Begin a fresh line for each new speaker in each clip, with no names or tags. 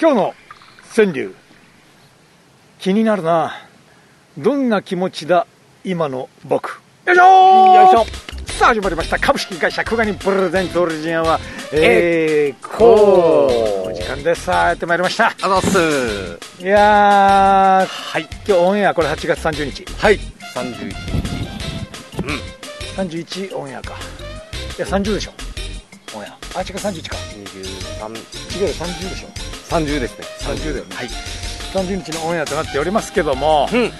今日の川柳気になるなどんな気持ちだ今の僕よいしょ
よいしょ
さあ始まりました株式会社久我にプレゼントオリジンアは
え
えー、こうお時間ですさあやってまいりました
あざっす
いやー
はい
今日オンエアこれ8月30日
はい31うん
31オンエアかいや30でしょオンエアあ違う31か
2330
違うよ30でしょ
ですね
30だよね
はい
30日のオンエアとなっておりますけども、
うん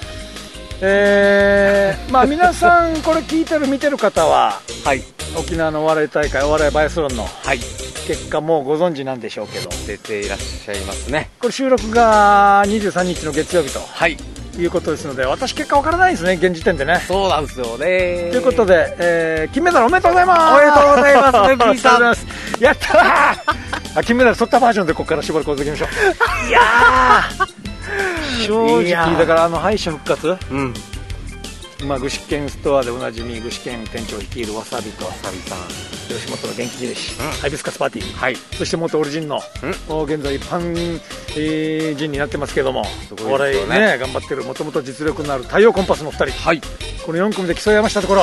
えーまあ皆さんこれ聞いてる見てる方は
はい
沖縄のお笑い大会お笑いバイアスロンの
はい
結果もうご存知なんでしょうけど
出ていらっしゃいますね
これ収録が23日の月曜日と
はい
いうことですので私結果わからないですね現時点でね
そうなんですよね
ということで、えー金メダルおめでとうございます
おめでとうござい ます
おめでとうござい
ベ
ますやったーあ金メダル取ったバージョンでここから絞り込んでいきましょういやー正
いや
直
ー
だからあの敗者復活
うん
まあ、具志堅ストアでおなじみ具志堅店長率いるわさびと
サビさん
吉本の元気印、
うん
ハイビスカスパーティー
はい
そして元オリジンの、お現在一般えー人になってますけども、
す
お
ごいで
笑
す
い
よね
ね頑張ってるもともと実力のある太陽コンパスの2人
はい
この4組で競い合いましたところ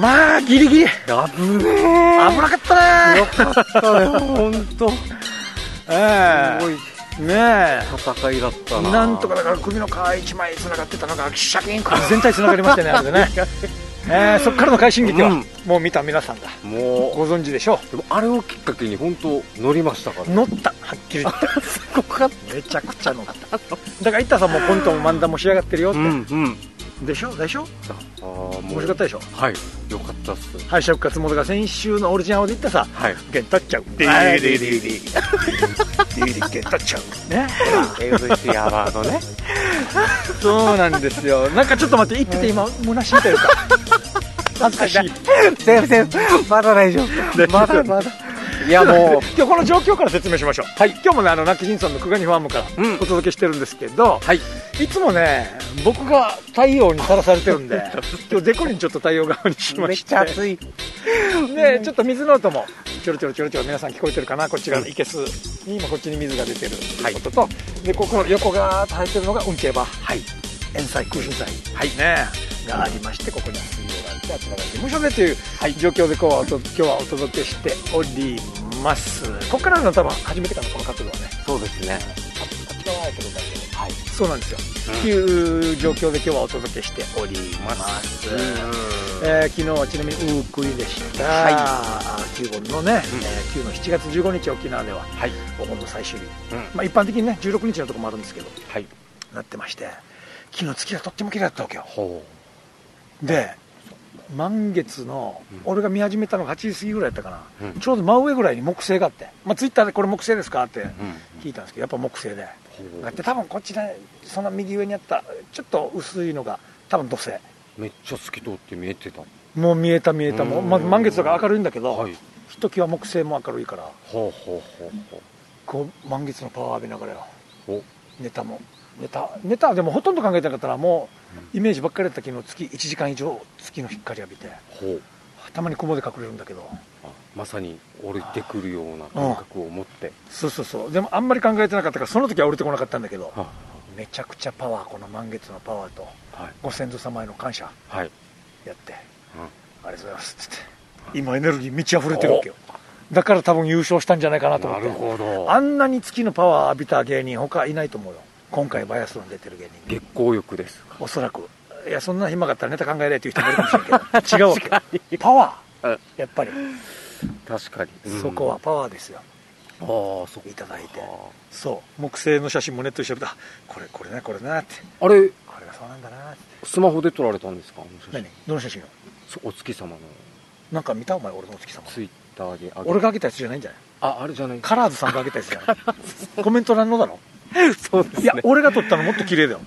まあギリギリ危
ラブねー
なかったね
よかったね本当す
え
ごい
えねえ
戦いだったな
なんとかだから首の皮1枚つながってたのがシャキン全体つながりま したねあれでね、ええそこからの快進撃は、
うん
もう見た皆さんが
も
ご存知でしょう
うでもあれをきっかけに本当乗りましたから
乗ったはっきり言って
すごかっ
めちゃくちゃ乗っただから板さんもコントも漫談も仕上がってるよっ
う
て、
んうん
でしょでしょ
ああ
面
面
白かったでしょ
はいよかったっす
敗者復活もだから先週のオリジナルで言ったさ
はい
「ゲンタッチャウ」デ
はい
ィディディディディディゲンタッチャウ ね
LC アワードね
そうなんですよなんかちょっと待って言ってて今虚しいと いうか恥ずかしい
セーフセーフまだ大丈夫まだまだいやも う
今日この状況から説明しましょう、はい、今日もねあのナッキジンさんの久我にファームから
うん
お届けしてるんですけど、
はい
いつもね僕が太陽にさらされてるん で今日デコにちょっと太陽側にしま
めっ
し
ちゃ
て
熱い
でちょっと水の音もちょろちょろちょろちょろ皆さん聞こえてるかなこっちがいけすに今こっちに水が出てるということと、でここの横が生えてるのが運慶場
はい
塩菜空心菜
はい
ねがありましてここには水道があってあちらが事務所でという
はい
状況でこうおと今日はお届けしておりますここからの多分初めてかなこの角度はね
そうですね
ああっち側は角度だけど
はい
そうなんですよ、
うん
っていう状況で今日はお届けしております、えー昨日はちなみにウークイでした、
はい
キューボンのね、
うん
えーキューの7月15日沖縄では
はい
お盆の最終日、
うん
まあ、一般的にね16日のとこもあるんですけど
はい
なってまして昨日月がとっても綺麗だったわけよ
ほ
で満月の、
うん
俺が見始めたのが8時過ぎぐらいだったかな、
うん
ちょうど真上ぐらいに木星があって、まあ、ツイッターでこれ木星ですかって
ううん
聞いたんですけどやっぱ木星で、
ほ
だっ
う
て多分こっちでその右上にあったちょっと薄いのが多分土星
めっちゃ透き通って見えてた
もう見えた見えたもう、まあ、
うん
満月とか明るいんだけど、
はい
ひときわ木星も明るいから
ほうほうほう
こう満月のパワー浴びながらよ
ほう
ネタもネタネタはでもほとんど考えてなかったらもうイメージばっかりだった昨日月1時間以上月の光浴びて
ほう
たまに雲で隠れるんだけど
あまさに降りてくるような感覚を持って
そうそうそうでもあんまり考えてなかったからその時は降りてこなかったんだけど
は
めちゃくちゃパワーこの満月のパワーと
はい
ご先祖様への感謝
はい
やって
うん
ありがとうございますっつって今エネルギー満ち溢れてるわけよだから多分優勝したんじゃないかなと思
な
って
るほど
あんなに月のパワー浴びた芸人他いないと思うよ今回バイアスロン出てる芸人
月光浴です
おそらくいやそんな暇があったらネタ考えないという人もいるかもし れないけど違うわけよパワ
うん
ーやっぱり
確かに、
そこはパワーですよ
ああそこ
いただいて
あ
そう木星の写真もネットで調べたあこれこれねこれなって
あれ
これがそうなんだなって
スマホで撮られたんですかあの写真
何どの写真よ
そお月様の
なんか見たお前俺のお月様
ツイッターであげ
俺があげたやつじゃないんじゃない
ああ れじゃない
カラーズさんがあげたやつじゃないコメント欄のだろ
そうです
いや俺が撮ったのもっと綺麗だよ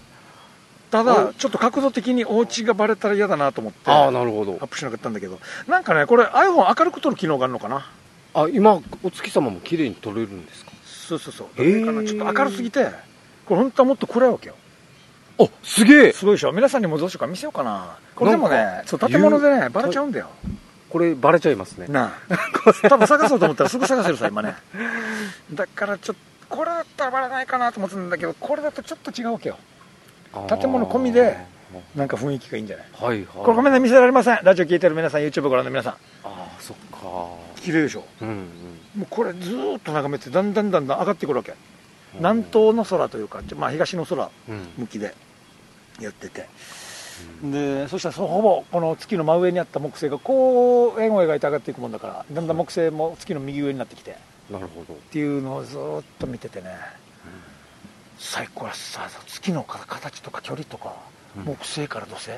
ただちょっと角度的にお家がバレたら嫌だなと思って
ああなるほど
アップしなかったんだけどなんかねこれ iPhone 明るく撮る機能があるのかな
あ今お月様も綺麗に撮れるんですか
そうそうそう、
へー
だからちょっと明るすぎてこれ本当はもっと暗いわけよ
あすげえ
すごいでしょ皆さんにもどうしようか見せようかなこれでも
な
ね
んか
そう建物でねバレちゃうんだよ
これバレちゃいますね
なあ多分探そうと思ったらすぐ探せるさ今ねだからちょっとこれだったらバレないかなと思ってたんだけどこれだとちょっと違うわけよ建物込みでなんか雰囲気がいいんじゃない
はいはい
これごめんなさい見せられませんラジオ聞いてる皆さん YouTube ご覧の皆さん
ああそっか
綺麗でしょ
うんうん
もうこれずーっと眺めてだんだんだんだん上がってくるわけ
うん
南東の空というか、ちょまあ、東の空
うん
向きでやってて、でそしたらそのほぼこの月の真上にあった木星がこう円を描いて上がっていくもんだからだんだん木星も月の右上になってきてっ
なるほど
ていうのをずーっと見ててね、最高はさ月の形とか距離とか、
うん
木星から土星
うん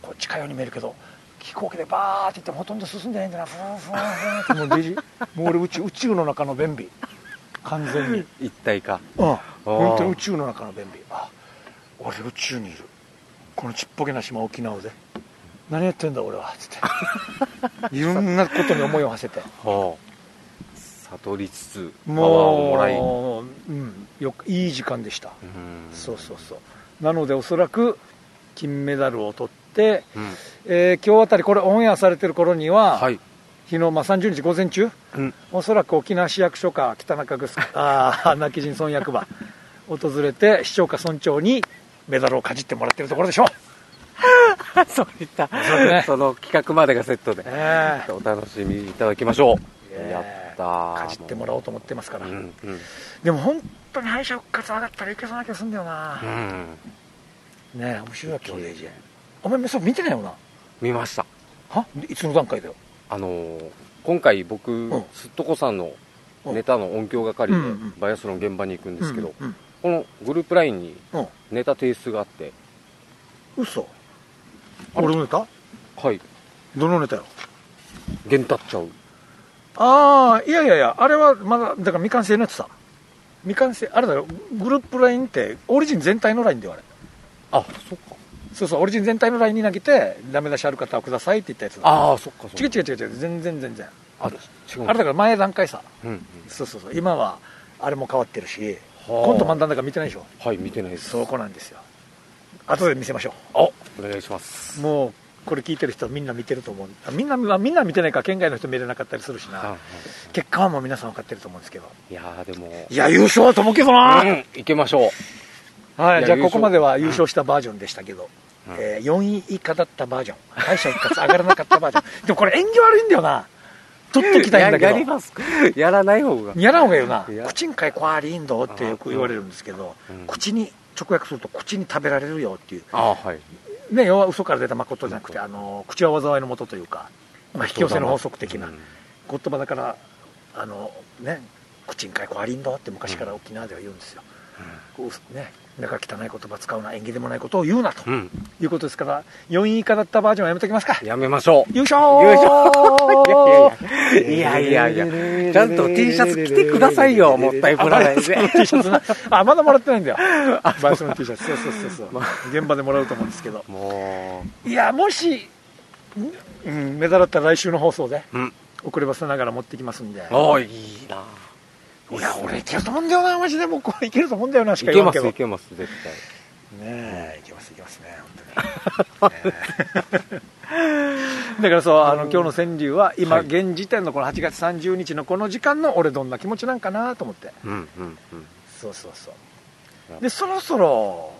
こう近いように見えるけど飛行機でバーっていってもほとんど進んでないんだなふんふんふんってもうデジもう俺宇宙宇宙の中の便秘完全に。
一体化
ああ本当に宇宙の中の便利あ俺宇宙にいるこのちっぽけな島沖縄で何やってんだ俺はつって いろんなことに思いを馳せて
はあ悟りつつパワーをもらい
もう、うん、よくいい時間でした、
うん
そうそうそうなのでおそらく金メダルを取って、
うん
えー今日あたりこれオンエアされてる頃には、
はい
日の、まあ、30日午前中
うん
おそらく沖縄市役所か北中城ああ泣き人村役場訪れて市長か村長にメダルをかじってもらってるところでしょう、
そういった
そうね
その企画までがセットで
ええ
お楽しみいただきましょう
ええ
やったー
かじってもらおうと思ってますから、
うんうん
でも本当に敗者復活上がったらいけそうな気がするんだよな
う、ん
ねえ面白いわ今日レイジお前そう見てないよな
見ました
はいつの段階だよ
あのー今回僕、
ん
すっとこさんの
うん
ネタの音響係で、
うんうん
バイアスロン現場に行くんですけど、
うん
このグループラインに
うん、うん、
ネタ提出があって、
嘘
あれ
俺のネタ
はい、
どのネタよ
弦立っちゃう。
ああいやいやいやあれはまだだから未完成のやつさ未完成あれだろグループラインってオリジン全体のラインだよあれ
あ、そっか。
そうそうオリジン全体のラインに投げてダメ出しある方はくださいって言ったやつだ
ああ、そっか、そっか。
違う違う違う違う全然全然
あ、違う。
あれだから前段階さ
うん、うん。
そうそうそう今はあれも変わってるし
はあ
今度漫談だから見てないでしょ
はい、見てないです。
そこなんですよ後で見せましょ
あ、お願いします。
うもうこれ聞いてる人はみんな見てると思うあみんなまあみんな見てないから県外の人見れなかったりするし
はい
な
は
結果はもう皆さん分かってると思うんですけど
い、いやー、でも、
いや優勝だと思うけどな、
うん、行けましょう。
はいい、
や
じゃあ
優勝
ここまでは優勝したバージョンでしたけど、
うん
え4位以下だったバージョン、敗者復活上がらなかったバージョン、 でもこれ、縁起悪いんだよな、取ってきたいんだけ
や
ど
やり、ます。やらない方が。
やらんほうがいいよな、
や
口んかいこわりんどってよく言われるんですけど、
うん
口に直訳すると、口に食べられるよっていう、
あーはい。
ね、要は嘘から出た誠じゃなくて、あの口は災いのもとというか、まあ、引き寄せの法則的な、
うん
言葉だから、あのね、口んかいこわりんどって昔から沖縄では言うんですよ。こうね、だから汚い言葉使うな、縁起でもないことを言うなと。
うん。
いうことですから、4位以下だったバージョンはやめときますか。
やめましょう。
優勝
優勝いやいやいやいやいやちゃんと T シャツ着てくださ いよ、 もったいぶらない
T
で。
シャツなあ、まだもらってないんだよ。 バイスの T シャツ。そうそうそうそう、現場でもらうと思うんですけど。
も
いや、もし、うん、メダルだったら来週の放送で、
う、うん。
遅ればせながら持ってきますんで。
おーいいな。
いや、俺いけると思うんだよな、マジで。もうこれいけると思うんだよな、し
い
か
け
言わん
ま
け
す、
ど。
いけます、絶対。
ねえ、いけますいけますね、本当に。ね えだからそう、あの今日の川柳は、今、
はい
現時点のこの8月30日のこの時間の俺、どんな気持ちなんかなと思って、
うん、うん、うん。
そうそうそう。で、そろそろ、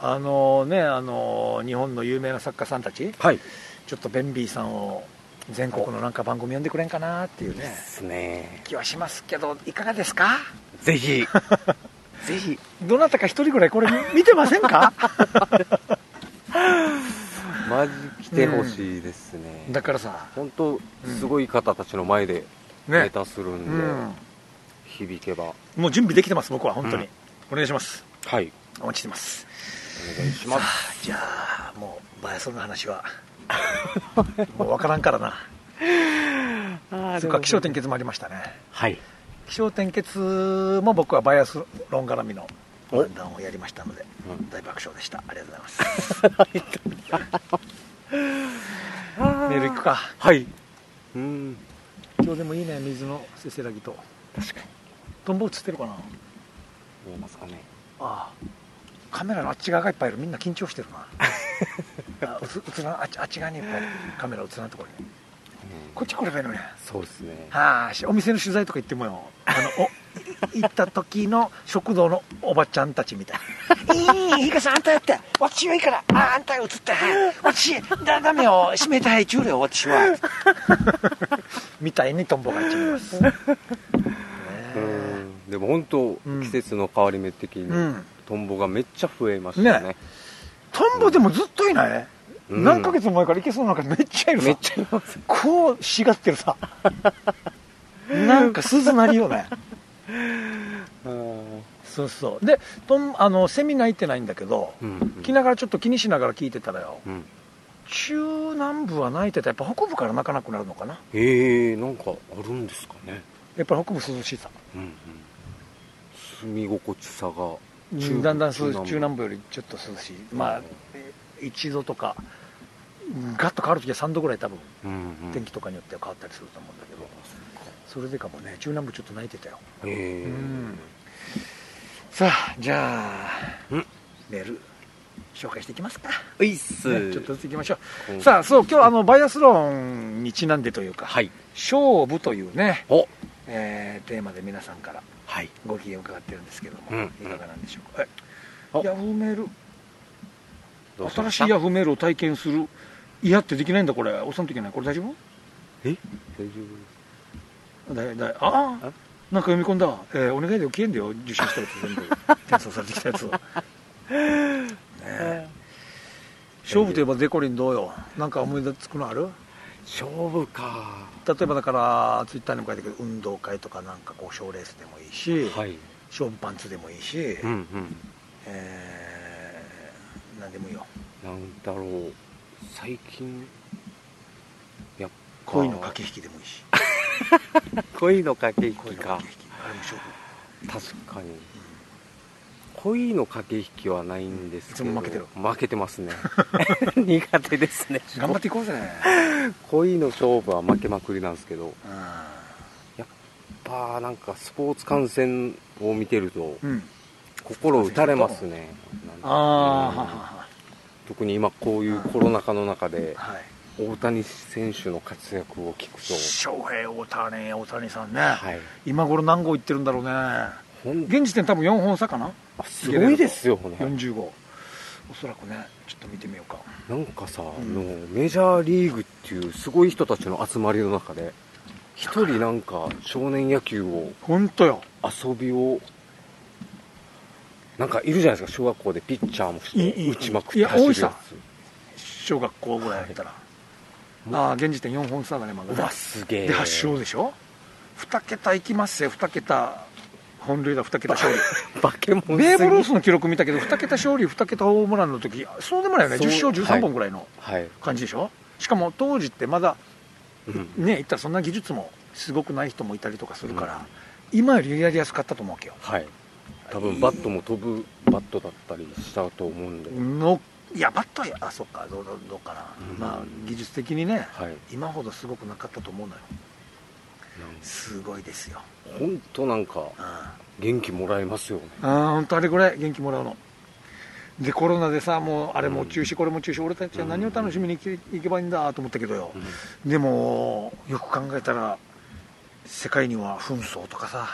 あのね、あの日本の有名な作家さんたち、
はい。で
ちょっとベンビーさんを全国のなんか番組呼んでくれんかなっていうね、
すね。
気はしますけど、いかがですか
ぜひ、 ぜひ、
どなたか一人ぐらい、これ、見てません か
マジ来てほしいですね。
だからさ、
本当すごい方たちの前で
ね
ネタする
うん
で、
ん。
響けば。
もう準備できてます、僕は本当に。
うん
お願いします。
はい。
お待ちしてます。
お願いします。
あじゃあ、もう、バイアスロンの話は、 もう分からんからな。そっか、気象点結もありましたね。
はい。
気象点結も僕はバイアスロン絡みの
お
漫談をやりましたので
うん、
大爆笑でした。ありがとうございます。メール行くか。
はい。うん。
今日でもいいね、水のせせらぎと。
確かに。
トンボ映ってるかな
見えますかね。
ああ。カメラのあっち側がいっぱいいる。みんな緊張してるな。 あ映映らんあっちあっち側にいっぱいいる。カメラ映らんところに。
うん
こっち来ればいいのね。
そうですね。
はあしお店の取材とか行ってもよあの 行った時の食堂のおばちゃんたちみたいな「 いいいいさんあんたやって私はいいからああんた映ってはい私だダメよ閉めてはい中よ私は」 みたいにトンボがいっちゃいます、ねえ
うんでも本当、
うん
季節の変わり目的に、
うん
トンボがめっちゃ増えましたね
ねトンボでもずっといない、
うん
何ヶ月も前からいけそうなのかめっちゃいるさ
めっちゃいます
こうしがってるさなんか鈴鳴りよね
うん
そうそうでトンあのセミ鳴いてないんだけど
うん
来ながらちょっと気にしながら聞いてたらよ
うん
中南部は鳴いてたやっぱ北部から鳴かなくなるのかな
えー、なんかあるんですかね
やっぱり北部涼しいさ
うんうん住み心地さが
うんだんだん涼しい中
南
南部よりちょっと涼しいまあ1度とかうんガッと変わるときは3度ぐらい多分
部うんうん
天気とかによっては変わったりすると思うんだけどそれでかもね中南部ちょっと泣いてたよ
え
う
ー
んさあじゃあ
うん
メール紹介していきますか、
ういっす、
ね、ちょっとずついきましょ
う
うんさあそう今日はあのバイアスロンにちなんでというか、
はい
勝負というね、
お
えーテーマで皆さんから
はい
ご機嫌を伺ってるんですけども、
うん
いかがなんでしょうか、
あ
ヤフーメール
どうしま
新
し
したいヤフーメールを体験する嫌ってできないんだこれ押さんといけないこれ大丈夫
え大丈夫です
だいだいああ
あ
なんか読み込んだ、えーお願いでよ消えんだよ受信したやつ全部転送されてきたやつをねえ勝負といえばデコリンどうよなんか思い出つくのある
勝負か
例えばだからツイッターにも書いてくる運動会とかなんかこう賞レースでもいいし、
はい
勝負パンツでもいいし、
うんうん
えー何でもいいよ
なんだろう最近やっぱ
恋の駆け引きでもいいし
恋の駆け
恋
引き
の
か
駆け引きあれも勝負
確かに恋の駆け引きはないんですけど
いつも負けてる
負けてま すね苦手ですね
頑張っていこうぜ、
恋の勝負は負けまくりなんですけど
う
やっぱなんかスポーツ観戦を見てると
ん、
心打たれますねなんかうん
あ
特に今こういうコロナ禍の中で
あはい
大谷選手の活躍を聞くと
翔平大谷大谷さんね、
はい
今頃何号いってるんだろうね
ほん
現時点多分4本差かな
あすごいですよね
40号おそらくねちょっと見てみようか
なんかさ、
ん
あのメジャーリーグっていうすごい人たちの集まりの中で一人なんか少年野球を
本当よ
遊びをなんかいるじゃないですか小学校でピッチャーもし
いいい
て
い
打ちまくっ
い
て
や
走るやつ
多い小学校ぐらいだったら、ああ現時点4本差だねまだ
う
ね
わすげえ
で8勝でしょ2桁いきますよ2桁本塁打2桁勝利
バケ モンすぎ
ベーブ・ルースの記録見たけど、2桁勝利、2桁ホームランの時そうでもないよね、
そう
10勝、13
はい
本ぐらいの
はい、
感じでしょ、しかも当時ってまだ、
うん
ね、言ったらそんな技術もすごくない人もいたりとかするから、今よりやりやすかったと思うわけよ、
はい多分バットも飛ぶバットだったりしたと思うんで、
のいや、バットはや、あそっか、どうどうどうかな、
うん
まあ、技術的にね、
はいなん
今ほどすごくなかったと思うのよ、すごいですよ、
本当なんか
うん、あ
元気もらえますよね
あ本当、あれぐらい元気もらうの。でコロナでさ、もうあれも中止、これも中止、俺たちは何を楽しみに行け行けばいいんだと思ったけどよ、でもよく考えたら世界には紛争とかさ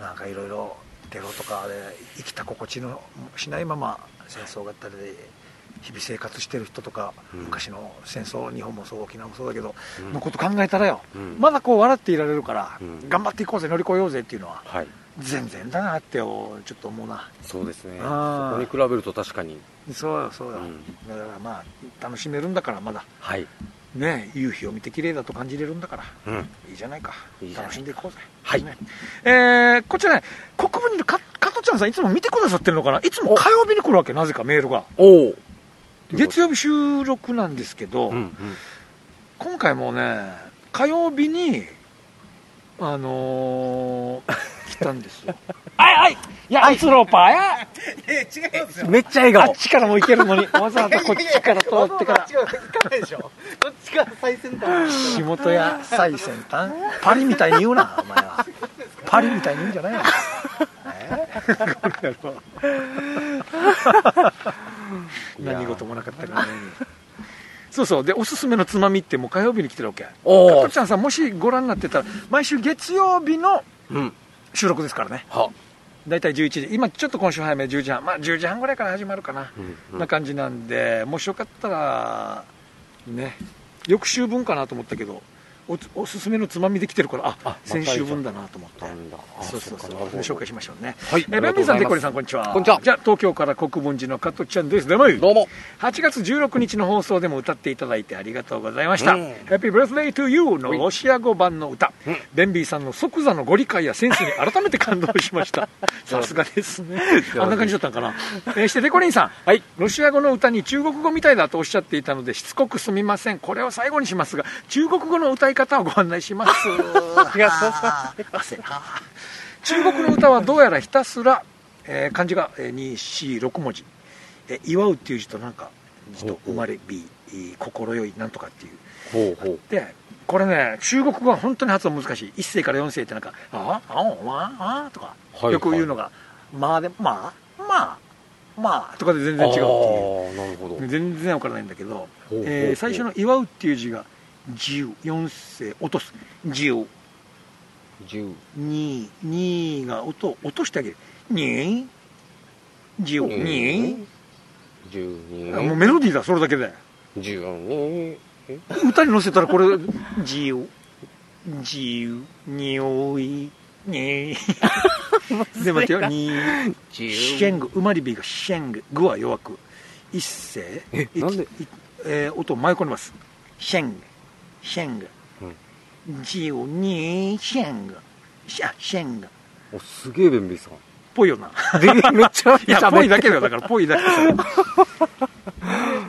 なんかいろいろテロとかで生きた心地のしないまま戦争があったりで日々生活してる人とか、
うん
昔の戦争日本もそう沖縄もそうだけど、
うん
のこと考えたらよ、
うん
まだこう笑っていられるから、
うん
頑張っていこうぜ乗り越えようぜっていうのは
はい
全然だなってよちょっと思うな
そうですね
あ
そこ
ー
に比べると確かに
そうよそうよ、
うん
だからまあ楽しめるんだからまだ
はい、
ね夕日を見て綺麗だと感じれるんだから
うん、
いいじゃないか
いいじゃない
楽しんでいこうぜ
はい
ねえーこちらね国分にいるか加トちゃんさんいつも見てくださってるのかないつも火曜日に来るわけなぜかメールが
おお
月曜日収録なんですけど、
うんうん
今回もね火曜日にあのー 来たんですよあいあいいやアイスローパーや
え違いますよ。
めっちゃ笑
あっ
顔
ちからも行けるのにわざわざこっちから通ってから
いやいやいや行かないでしょ。 こっちが最先端。
仕事や最先端パリみたいに言う なお前はパリみたいに言うんじゃないよ 何事もなかったからねそうそうでおすすめのつまみってもう火曜日に来てるわけ
おー
かっこちゃんさんもしご覧になってたら毎週月曜日の
うん。
収録ですからね
は。
大体11時今ちょっと今週早め10時半まあ10時半ぐらいから始まるかな、
うんうん
な感じなんでもしよかったらね翌週分かなと思ったけどおつおすすめのつまみできてるからあ
あ
先週分だなと思って
なんだあ
そうそうそう
そっかなるほど
紹介しましょうね
はい
えー
あり
ベ
が
ン
と
ビ
う
ー
ご
さ
ざ
ん
いま
でこりさんこん
す
にちは
こんにちは
じゃあ東京から国分寺の加藤ちゃんですでも
どうも。
8月16日の放送でも歌っていただいてありがとうございました「
うん
Happy Birthday to You」のロシア語版の歌、
うん
ベンビーさんの即座のご理解やセンスに改めて感動しました さすがですねあんな感じだったんかな、えーしてデコリンさん
はい。
ロシア語の歌に中国語みたいだとおっしゃっていたのでしつこくすみませんこれを最後にしますが中国語の歌い方をご案内します
ありがとうございます。
汗中国の歌はどうやらひたすら、えー漢字が246文字、えー祝うっていう字となんか字と生まれび心よいなんとかっていう
ほうほう。
でこれね中国語は本当に発音難しい1世から4世ってなんか「あああおわああ」とか、
いはい
よく言うのが「まあ」で「まあまあまあ」とかで全然違うっていう
ああ、なるほど。
全然わからないんだけど
ほうほう
えー最初の「祝う」っていう字が「十」4世落とす「十」
十。
に、にが音を落としてあげる。に、じゅう、に、
十二。
もうメロディーだ、それだけで。
十二。
歌に乗せたらこれ、 じゅう、じゅう、におい、 に。で、待てよ、に、シェング、うまりびがシェング、ぐは弱く。一声、
え
い
なんで
いえー音を舞い込みます。シェング、シェング、じゅう、に、シェング、シャ、シェング。
おすげえ便利さん。
ぽいよな。
でめっちゃ
いや、ぽいだけだよ、
だ。
だから、ぽいだけ だよ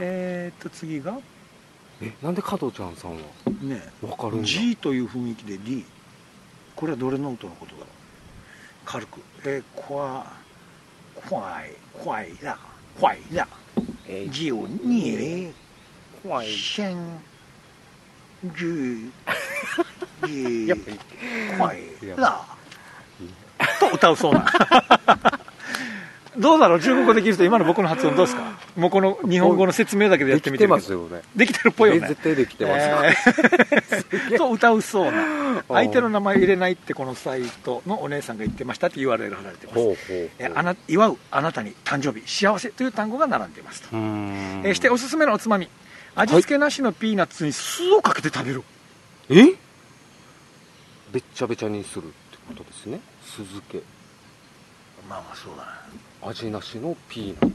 えーっと、次が、
えなんで加藤ちゃんさんは
ね、
わかるんだ。
G という雰囲気で D。これはどれの音のことだろう軽く。えー、こわ、こわい、こわいだ、こわいだ。
え
G を2、
怖
シェン、G、
やっ
G
ぱ、り
こわいだ。と歌うそう な。どうだろう中国語できる人、今の僕の発音どうですかもうこの日本語の説明だけでや
で
って
き
み
て
て
ま
る
すよね。
できてるっぽいよね。
絶対できてま
え
す。
ーと歌うそうな相手の名前入れないってこのサイトのお姉さんが言ってましたって URL 貼られてます
ほうほうほう。
えーあな祝うあなたに誕生日幸せという単語が並んでいますと、
うーん。
えーしておすすめのおつまみ味付けなしのピーナッツに酢をかけて食べる、
えべっちゃべちゃにするってことですね酢漬け
まあまあそうだね
味なしのピーナッ
へ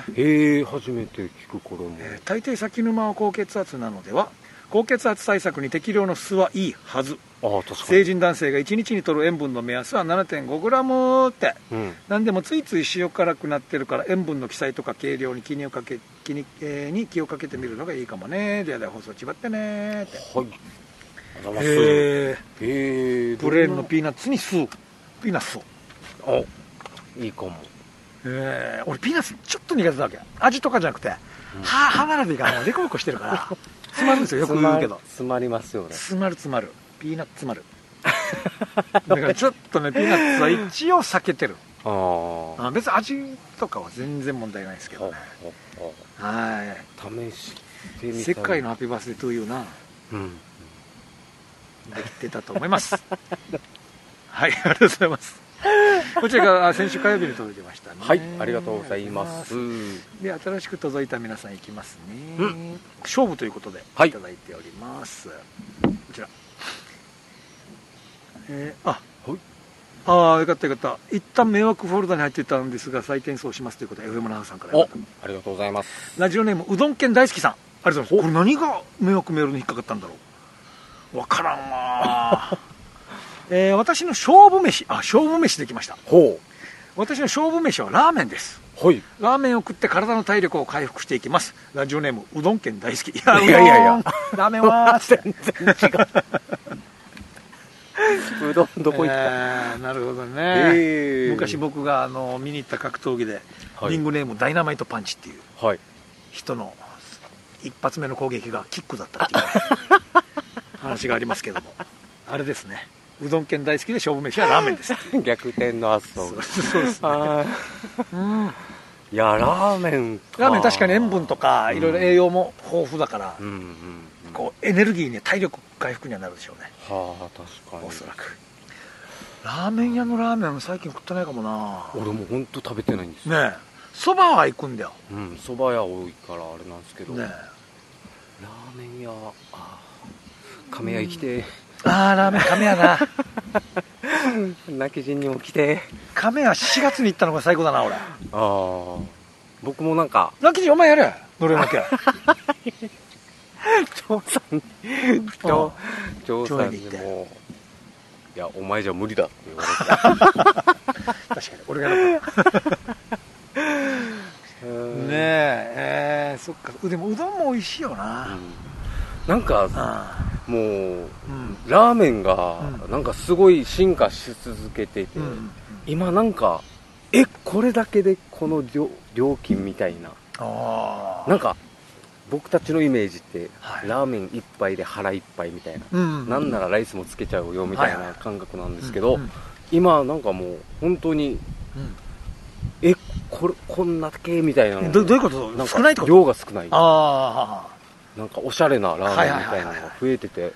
ツへえ初めて聞くこれも
ええー大抵先沼は高血圧なのでは高血圧対策に適量の酢はいいはず
ああ確か
成
に
人男性が1日に摂る塩分の目安は 7.5g って
うん
なんでもついつい塩辛くなってるから塩分の記載とか計量に気にをかけ気に,、えーに気をかけてみるのがいいかもねでやで放送ちばってねーって
はいあざますへ
へえ
え
プレーンのピーナッツに酢ピーナッツを
あいいかも
えー俺ピーナッツちょっと苦手だわけ味とかじゃなくて、歯歯並びがもうデコボコしてるから 詰まるんですよよく言うけど
詰まりますよね
詰まる詰まるピーナッツ詰まるだからちょっとねピーナッツは一応避けてる
あーあ
あ別に味とかは全然問題ないですけどね
あ
はい
あ試してみたい
世界のハッピーバースデートゥーユーな
うん
できてたと思います はいありがとうございますこちらがあ先週火曜日に届きましたね
はいありがとうございます
で新しく届いた皆さんいきますね、
う
勝負ということで
はいい
ただいております、こちらえーあ
はい
あーよかったよかった一旦迷惑フォルダに入ってたんですが再転送しますということで FM 那覇さんから
お
よ
あ
かった
りがとうございます
ラジオネームうどん県大好きさんありがとうございますこれ何が迷惑メールに引っかかったんだろうわからんわ ーえー私の勝負飯あ勝負飯できました
ほ
私の勝負飯はラーメンです
うはい
ラーメンを食って体の体力を回復していきますラジオネームうどん県大好きいや
いやいやいうや
どんラーメンは 全然
うどんどこ行った
なるほどね、
ええ
昔僕があの見に行った格闘技で、
はい
リングネームダイナマイトパンチっていう
はい
人の一発目の攻撃がキックだった っていう話がありますけどもあれですねうどん県大好きで勝負飯はラーメンです
逆転の発想が
そうですね
あ
うん
ーいやラーメンか
ラーメン確かに塩分とか
うん
いろいろ栄養も豊富だから、
うんうんうん
こうエネルギーに体力回復にはなるでしょうね
はあ確かに
おそらくラーメン屋のラーメン最近食ってないかもな
俺も本当食べてないんですよ、
ねえそばは行くんだよ
うん蕎麦屋多いからあれなんですけど、
ねえ
ラーメン屋あー亀屋行きて
ああラーメン亀屋な
泣き人に起きて
亀屋4月に行ったのが最高だな俺
ああ僕もなんか
ラッキーお前やれ乗れなきゃ
長さん長長さんに
長さんに
もういやお前じゃ無理だって言わ れて
確かに俺がね
ね
ええーそっかでもうどんも美味しいよ
う
なん
なんか
あ
もう
あうん
ラーメンが
うん
なんかすごい進化し続けてて、
うん
今なんかえこれだけでこの料料金みたいな
ああ
なんか僕たちのイメージって、
はい
ラーメン一杯で腹一杯みたいな、
うん
なんならライスもつけちゃうよみた
は
い
いは
ない感覚なんですけど、
うんうん
今なんかもう本当にえこれこんなだけみたいな
う
の
んどどういうこと
なんか
少ないってこと
量が少ない
あ
なんかおしゃれなラーメンみたい
は
な
いはい
の
はい
が
は
増えてて、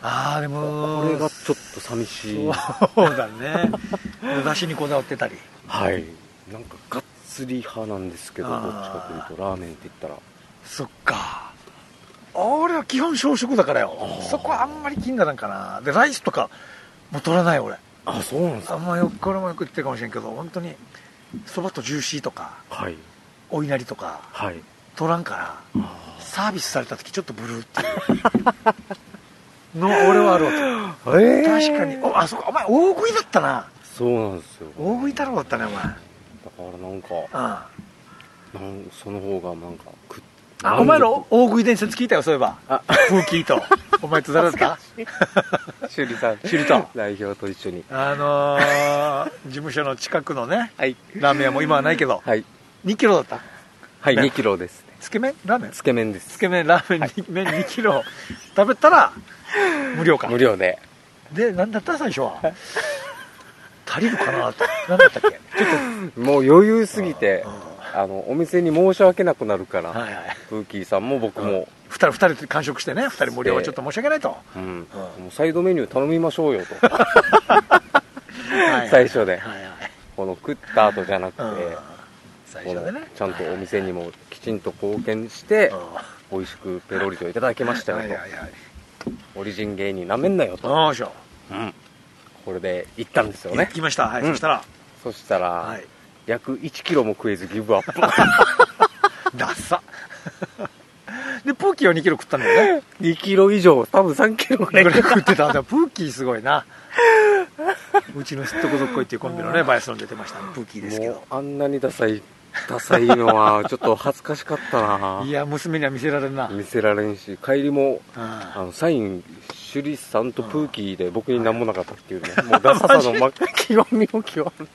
あああでも
これがちょっと寂しい
そうだね 出汁にこだわってたり
はいなんかがっつり派なんですけどど
あ
っ
ー
ちかというとラーメンって言ったら
そっか俺は基本小食だからよそこはあんまり気にならんかなでライスとかも取らない俺
あそうなんです
あ
か
んまよくこれもよく言ってるかもしれんけど本当にそばとジューシーとか
はい
お稲荷とか
はい
取らんから
あ
サービスされた時ちょっとブルーって いうの俺はあるわけ
ーえ
確
ー
かにおあそこお前大食いだったな
そうなんですよ
大食い太郎だったねお前
だからなんか
あ
なんその方がなんかく
あお前の大食い伝説聞いたよそういえば
あ
風紀 とお前と誰だった
修理さん
修理さん
代表と一緒に
あの ー、事務所の近くのね
はい
ラーメン屋も今はないけど、
はい
2キロだった
はい
ね
2キロですね
つけ麺ラーメン
つけ麺で
つ
す
け麺ラーメン 2,、麺2キロ食べたら無料か
無料で
で何だった最初は 足りるか なって何だったっけちょっ
もう余裕すぎて
うん
あのお店に申し訳なくなる か
とは
ら
いはい
プーキーさんも僕も
2人二人で完食してね2人無料はちょっと申し訳ないと、
うんもうサイドメニュー頼みましょうよと
はい
最初で
はいはい
この食った後じゃなくて
うん最
こ
初で
の
ね
ちゃんとお店にもきちんと貢献して
うん
美味しくペロリといただきました
はい
よ
はいはい
とオリジン芸人なめんなよと
よいしょ
うんこれで行ったんですよ
行
ね
きましたはい、
うん
そしたら
そした
は
ら
い
約1キロも食えずギブアップ
ダッ サでプーキーは2キロ食ったんだよね
2キロ以上多分3キロぐらい
ぐらい食ってたんだプーキーすごいなうちのすっとこどっこいっていうコンビのねバイアスロン出てましたプーキーですけ
もう
ど
あんなにダサいダサいのはちょっと恥ずかしかったない
や娘には見せられんな、うん、
見せられんし帰りもあ
あ
のサイン趣里さんとプーキーで僕に何もなかったっていうねもうダサ さのま極みを極め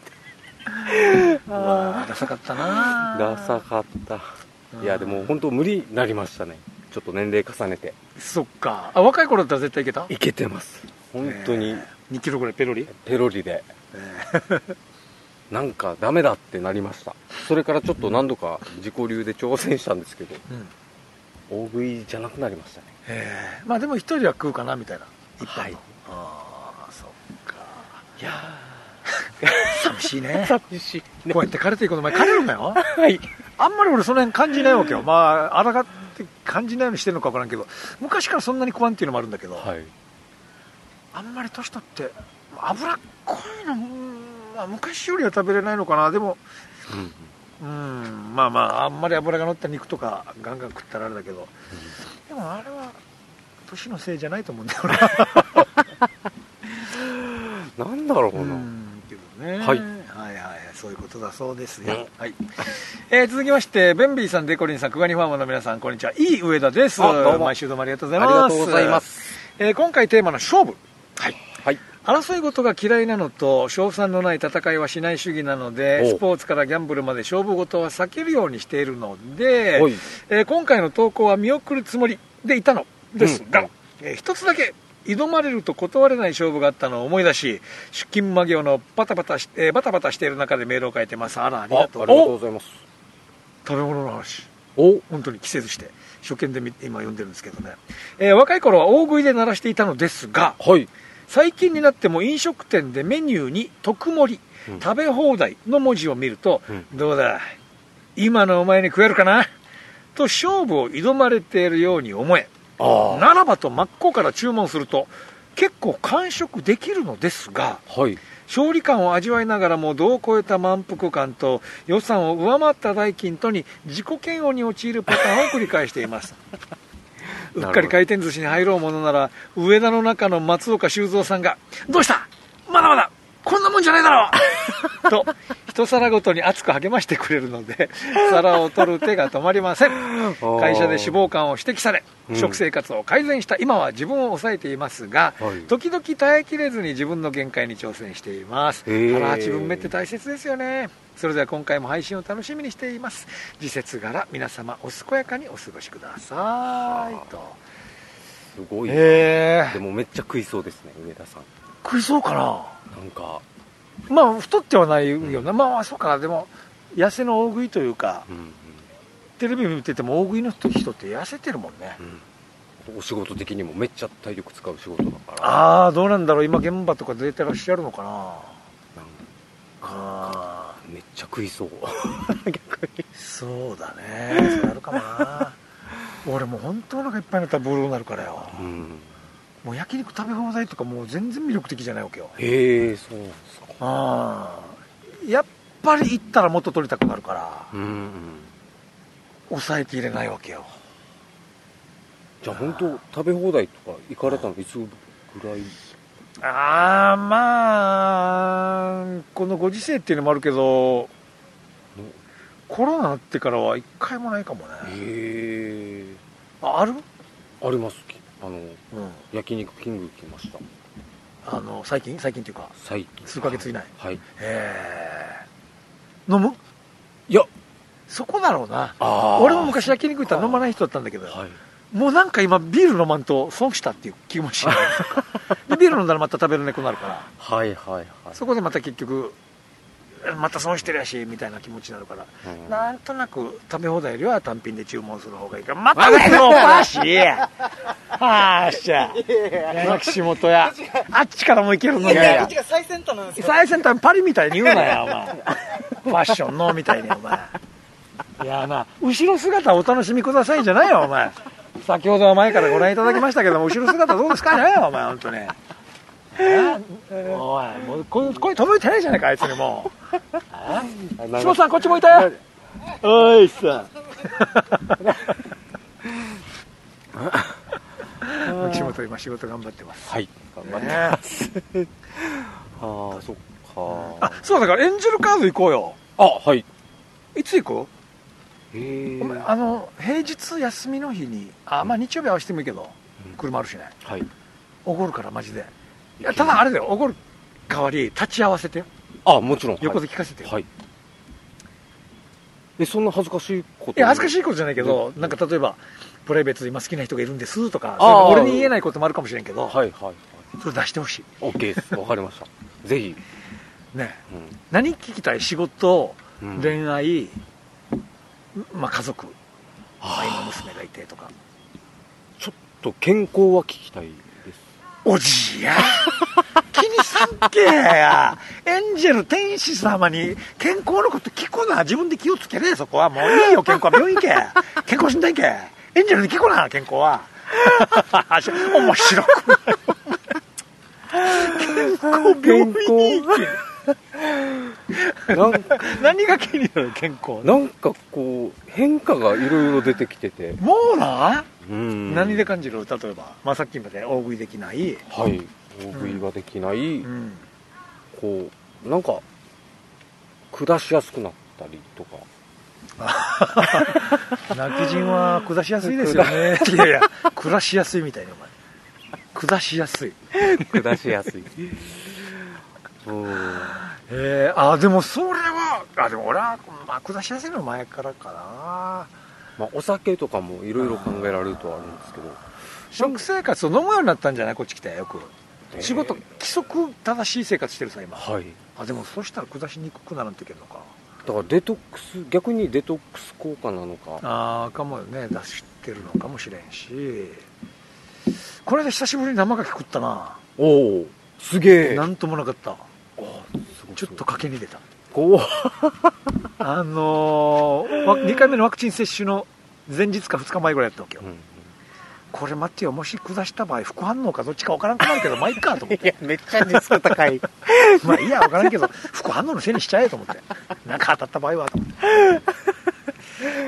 あダサかったな
ダサかったいやでも本当無理になりましたねちょっと年齢重ねて
そっかあ若い頃だったら絶対いけた
いけてます本当に
2キロぐらいペロリ
ペロリで なんかダメだってなりましたそれからちょっと何度か自己流で挑戦したんですけど
うん
大食いじゃなくなりましたね
ええまあでも一人は食うかなみたいな一杯
はい
のああそっか
いや
寂しいね
寂しいね
こうやって枯れていくの前枯れるんだよ
はい
あんまり俺その辺感じないわけよまあ抗って感じないようにしてるのか分からんけど昔からそんなに食わんっていうのもあるんだけど、
はい
あんまり年取って脂っこいの、うんまあ、昔よりは食べれないのかなでも
うん
うんまあまああんまり脂が乗った肉とかガンガン食ったらあれだけどでもあれは年のせいじゃないと思うんだよな、
なんだろう
う
な、
んけどね
はい
はいはいそういうことだそうです
ね
よ、はいえー続きましてベンビーさんデコリンさん久我にファームの皆さんこんにちはいい上田です
あどうも
毎週どうもありがとうご
あ
ざい
り
ます
がとうございます
えー今回テーマの勝負はい
はい
争い事が嫌いなのと勝算のない戦いはしない主義なので
おう
スポーツからギャンブルまで勝負事は避けるようにしているので
おい、
えー今回の投稿は見送るつもりでいたのですが、
うんうん
えー一つだけ挑まれると断れない勝負があったのを思い出し出勤間際のバタバタし、えーバタバタしている中でメールを書いてますあらあり
ああ
が
り
とう
がとう
お
ございます
食べ物の話
お
本当に季節して初見で見今読んでるんですけどね、えー若い頃は大食いで鳴らしていたのですが
はい
最近になっても飲食店でメニューに「特盛り
うん
食べ放題」の文字を見ると、
うん
どうだ今のお前に食えるかなと勝負を挑まれているように思え
あ
ならばと真っ向から注文すると結構完食できるのですが
あはい
勝利感を味わいながらも度を超えた満腹感と予算を上回った代金とに自己嫌悪に陥るパターンを繰り返してい ますう
ほ
っ
ど
かり回転寿司に入ろうものなら上田の中の松岡修造さんが「どうしたまだまだこんなもんじゃないだろ う! 」と一皿ごとに熱く励ましてくれるので皿を取る手が止まりません
ー
会社で死亡感を指摘され
うん
食生活を改善した今は自分を抑えていますが、
はい
時々耐えきれずに自分の限界に挑戦しています
へー
腹八分目って大切ですよねそれでは今回も配信を楽しみにしています時節柄皆様お健やかにお過ごしくださいと
すごいな、
え
でもめっちゃ食いそうですね上田さん
食いそうかな
なんか、
まあ太ってはないよな、まあそうかでも痩せの大食いというか
うんうん
テレビ見てても大食いの人って痩せてるもんね
うん、お仕事的にもめっちゃ体力使う仕事だから
ああどうなんだろう今現場とか出てらっしゃるのかな
なん
あ
かめっちゃ食 いそう
ーそうだねそれあるかもな俺もう本当お腹いっぱいになったらボロになるからよ
うん
もう焼肉食べ放題とかもう全然魅力的じゃないわけよ
へえそうなんですか
ああやっぱり行ったらもっと取りたくなるから
うん、うん、
抑えきれないわけよ
じゃあ本当食べ放題とか行かれたのいつぐらい
ああまあこのご時世っていうのもあるけどコロナになってからは一回もないかも
へ
ね
え
あある
ありますきあの
うん
焼肉キング来ました
あの最近最近っていうか
最近
数ヶ月以内
はい
へえ飲む
いや
そこだろうな
あー
俺も昔焼肉行ったら飲まない人だったんだけど、
はい
もうなんか今ビール飲まんと損したっていう気もしないでビール飲んだらまた食べる猫になるから
はいはいはい
そこでまた結局また損してるやしみたいな気持ちになるから、
うん
なんとなく食べ放題よりは単品で注文する方がいいからまたねおかしいはあしゃ山岸本やあっちからも行けるの
い
に
やいや、こっちが最先端なんですよ。
最先端パリみたいに言うなよお前ファッションのみたいにお前いやな後ろ姿お楽しみくださいじゃないよお前先ほどは前からご覧いただきましたけども後ろ姿どうですかねお前本当にねおいもうここれ届いてないじゃないかあいつにもう
なん
下
か
さんこっち向いて おいさ 岸本今仕事頑張ってます
はい頑張って
ね
ああそっ
あ
か
そうだからエンジェルカード行こうよ
あはい
いつ行こう
へえ
ごめんあの平日休みの日にあまあ日曜日は合わせてもいいけど、
うん
車あるしね
はい
おごるからマジでいやただあれだよおごる代わり立ち会わせてよ
あもちろん
横で
は
聞かせて
い
よ、
はいえそんな恥ずかしいこ
い
と
や恥ずかしいことじゃないけど、なんか例えばプライベートで今好きな人がいるんですとかそういうの
あー
俺に言えないこともあるかもしれんけど、
はいはいはい
それ出してほし
OK ですわかりました ぜひ
いね何聞きたい仕事
うんうん
恋愛、まあ、家族まあ今
はあ
娘がいてとか
ちょっと健康は聞きたいです
おじや 気にさんけやエンジェル天使様に健康のこと聞くな自分で気をつけねそこはもういいよ健康は病院 行け健康診断行けエンジェルに聞くな健康 は面白くない
健康なんか
何が気になる健康
なんかこう変化がいろいろ出てきてて、
もうな、
うん
何で感じる例えば、まあ、さっきまで大食いできない、
はい大食いができない、
うん、
こうなんか下しやすくなったりと か
泣き人は 下しやすいですよねいやいや下しやすいみたいなお前下しやすい
下しやすいうん
えー、あでもそれはあでも俺は、まあ、下しやすいの前からかな
まあお酒とかもいろいろ考えられるとはあるんですけど
食生活を飲むようになったんじゃないこっち来てよく
えー
仕事規則正しい生活してるさ今
はい
あでもそうしたら下しにくくならんといけんのか
だからデトックス逆にデトックス効果なのか
ああかもね出してるのかもしれんしこれで久しぶりに生牡蠣食ったな
おおすげえ
なんともなかったちょっと賭けに出た
こう
あのーわ2回目のワクチン接種の前日か2日前ぐらいやったわけよ、これ待ってよもし下した場合副反応かどっちか分からんくなるけどまあいっかと思っ
い
て
やめっちゃ熱が高い
まあいいや分からんけど副反応のせいにしちゃえと思ってなんか当たった場合はと思って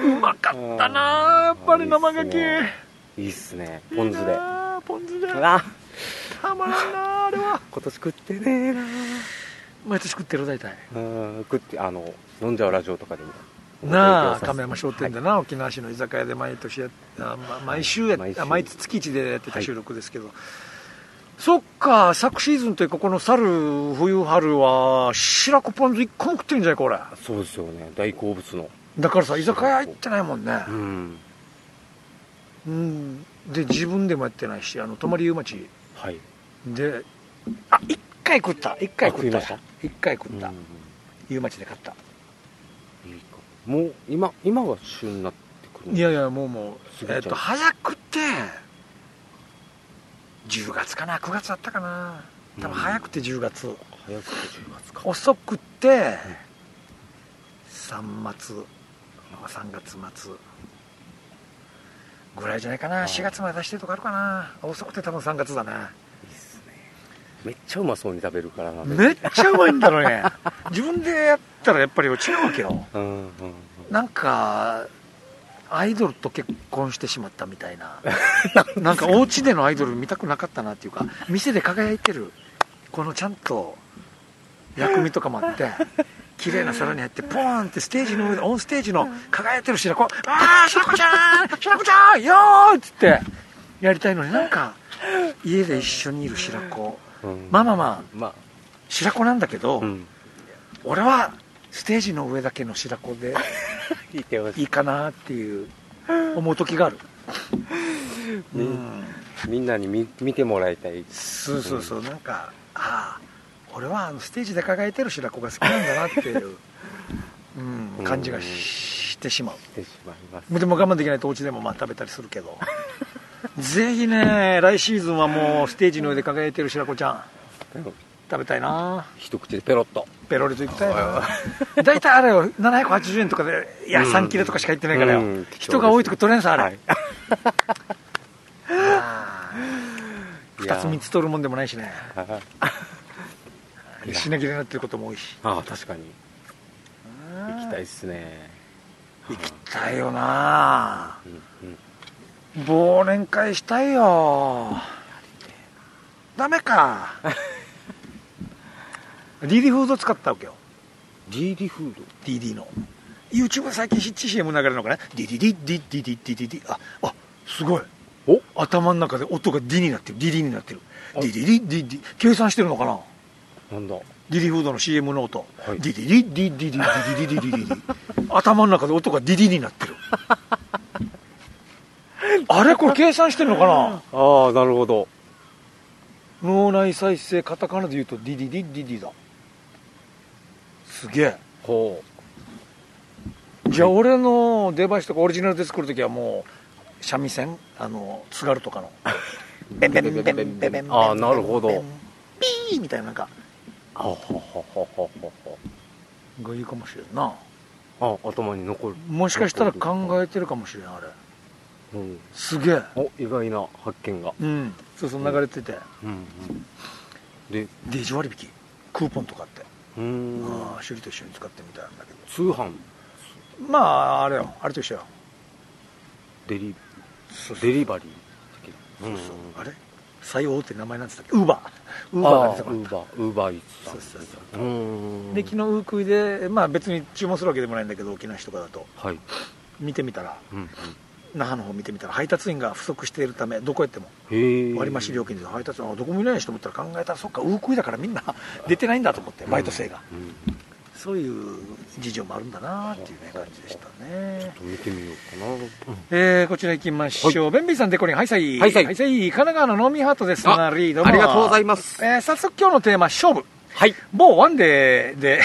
うまかったなあやっぱり生
いい
ガ
っ
キ
すねいいっすねポン酢
いい
で
なあポン酢で
うわ
たまらんなああれは
今年食ってねえな
毎年食ってる大体
うん食ってあの飲んじゃうラジオとかでも
なあ
提供させて
亀山商店でな、沖縄市の居酒屋で毎年やあま毎週や
毎
毎
週
毎月一でやってた
はい
収録ですけど、そっか昨シーズンというかこの猿冬春は白子ポン酢1個も食ってるんじゃないこれ
そうですよね大好物の
だからさ居酒屋行ってないもんね
うん
うんで自分でもやってないしあの泊まり湯町
はい
であ一1回食った1回食った
あ食いました
1回食った
うん
湯町で買った
いいかもう今今が旬になってくる
いやいやもうもう、えっ
過ぎちゃう
と早くて10月かな9月だったかな多分
うん
早くて10月、
早くて10月か
遅くて3月3月末ぐらいじゃないかな
あー
4月まで出してるとかあるかな遅くて多分3月だない
いっすねめっちゃうまそうに食べるからな
めっちゃうまいんだろうね 自分でやったらやっぱり違うわけよ
うんうんうん
なんかアイドルと結婚してしまったみたいな なんかお家でのアイドル見たくなかったなっていうか店で輝いてるこのちゃんと薬味とかも あって綺麗な皿に入ってポーンってステージの上でオンステージの輝いてる白子「ああ白子ちゃん白子ちゃんよー!」っつってやりたいのになんか家で一緒にいる白子
うん
まあまあまあ
まあ
白子なんだけど、
うん
俺はステージの上だけの白子で。
いいってます
いいかなっていう思う時がある、う、
うんみんなに見見てもらいたい
そうそうそうなんかああ俺はあのステージで輝いてる白子が好きなんだなっていう、うん、感じがしてしま
してしまいます
うでも我慢できないとお家でもまあ食べたりするけどぜひね来シーズンはもうステージの上で輝いてる白子ちゃん
でも
食べたいな
一口でペロッと
ペロリといきたいな大体あれよ780円とかでいや
うん
3切れとかしか入ってないからよ、
うん
人が多いとこ取れんさあれ、
はい
ああ
いや
2つ3つ取るもんでもないしね
あいや
品切れになってることも多いし
あ確かに行きたい
い
っすね
行きたいよな
うんうん
忘年会したいよダメか DD フード使ったわけよ
DD フー
DD の YouTube で最近ヒッチ CM 流れるのかね DDDDDDDDD ああすごい
ドお
頭の中で音が D になってる DD になってる DDDDD 計算してるのかな
なんだ
ディディフードの CM の音、
はい
ディディディディディディディディディディディ頭の中で音がディディになってるあれこれ計算してるのかな
ああなるほど
脳内再生カタカナで言うとディディディディディだすげえ
ほ
じゃあ俺のデバイスとかオリジナルで作るときはもう三味線あの津軽とかのベンベンベンベンベンベンベン
あーなるほど
ピーみたいななんか
うあほほほほほほ
がいいかもしれんな
あ頭に残る
もしかしたら考えてるかもしれんあれ
え、うん、
すげえ
お意外な発見が
うんそうそう流れてて、
うんうんで
デージ割引クーポンとかあって、
うー
あ
ん
あー修理と一緒に使ってみたんだけ
通販
どまああれよあれと一緒よ
デリ
そうそう
デリバリー的な
そうそう
うん
あれ最大って名前なんつったっけウーバーウーバー
あ
が出て
ー
こな
ウ
かっ
ーバーウーバーイーツ
た
さん
そうそうそう
うーん
で昨日ウークイでまあ別に注文するわけでもないんだけど沖縄市とかだと
はい
見てみたら
うんうん
那覇の方見てみたら配達員が不足しているためどこやっても
へえ
割り増し料金で配達員あどこもいないしと思ったら考えたらそっかウークイだからみんな 出てないんだと思ってバイト生が、
うんうん
そういう事情もあるんだなっていうね感じでしたね
ちょっと見てみようかな、
えー、こちら行きましょう、ベンビーさん、デコリン、ハイサイ、
はいさい
神奈川のノーミーハートです、
あ
なリード
ありがとうござい
ま
ます
えー、早速、今日のテーマ、勝負、
はい
某ワンデーで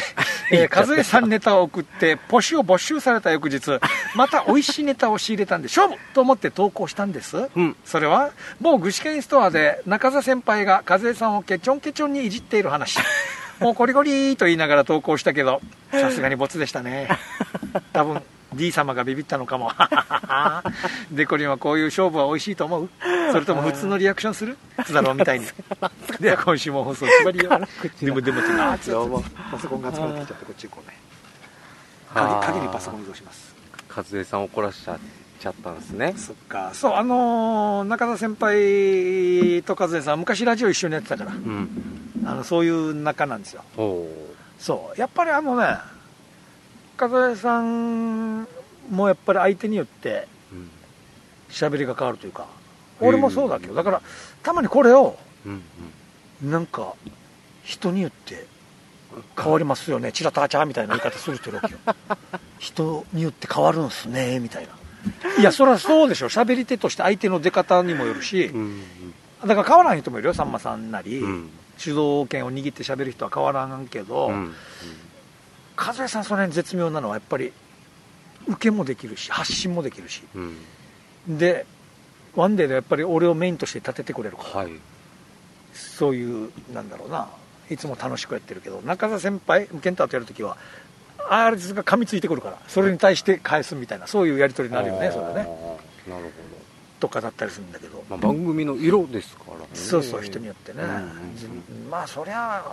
えー、和江さんネタを送って、ポシを没収された翌 日、また美味しいネタを仕入れたんで勝負と思って投稿したんです。
うん
それは、某具志堅ストアで中澤先輩が和江さんをケチョンケチョンにいじっている 話。もうゴリゴリーと言いながら投稿したけど、さすがにボツでした ね。多分 D 様がビビったのかもデコリンはこういう勝負は美味しいと思うそれとも普通のリアクションす るスザローみたいにでは今週も放送決まりよでもでも違うあ
どうも
パソコンが集まってきちゃってこっち行こうね
あー
鍵鍵にパソコン移動します
和江さん怒らしちゃちゃったんですね
そっかそうあのー中田先輩と和江さん昔ラジオ一緒にやってたから
うん
あのそういう仲なんですよ
おお
そうやっぱりあのね和江さんもやっぱり相手によって
うん
喋りが変わるというか
うん
俺もそうだけどだからたまにこれを
うんうん
なんか人によって変わりますよねチラタラチャーみたいな言い方するってるわけ よ人によって変わるんすねみたいないやそりゃそうでしょ喋り手として相手の出方にもよるし
うん
だから変わらん人もいるよさんまさんなり、
うん
主導権を握って喋る人は変わらんけど、
うん
和江さんその辺絶妙なのはやっぱり受けもできるし発信もできるし
うん
でワンデーでやっぱり俺をメインとして立ててくれるから
はい
そういう、なんだろうな、いつも楽しくやってるけど、中田先輩、ケンタとやるときは、あれが噛みついてくるから、それに対して返すみたいな、そういうやり取りになるよ
あ
ね、
ー
それはね、
なるほど
とかだったりするんだけど、
まあ、番組の色ですからね
そうそう、人によってね、
うんうん
まあ、そりゃ、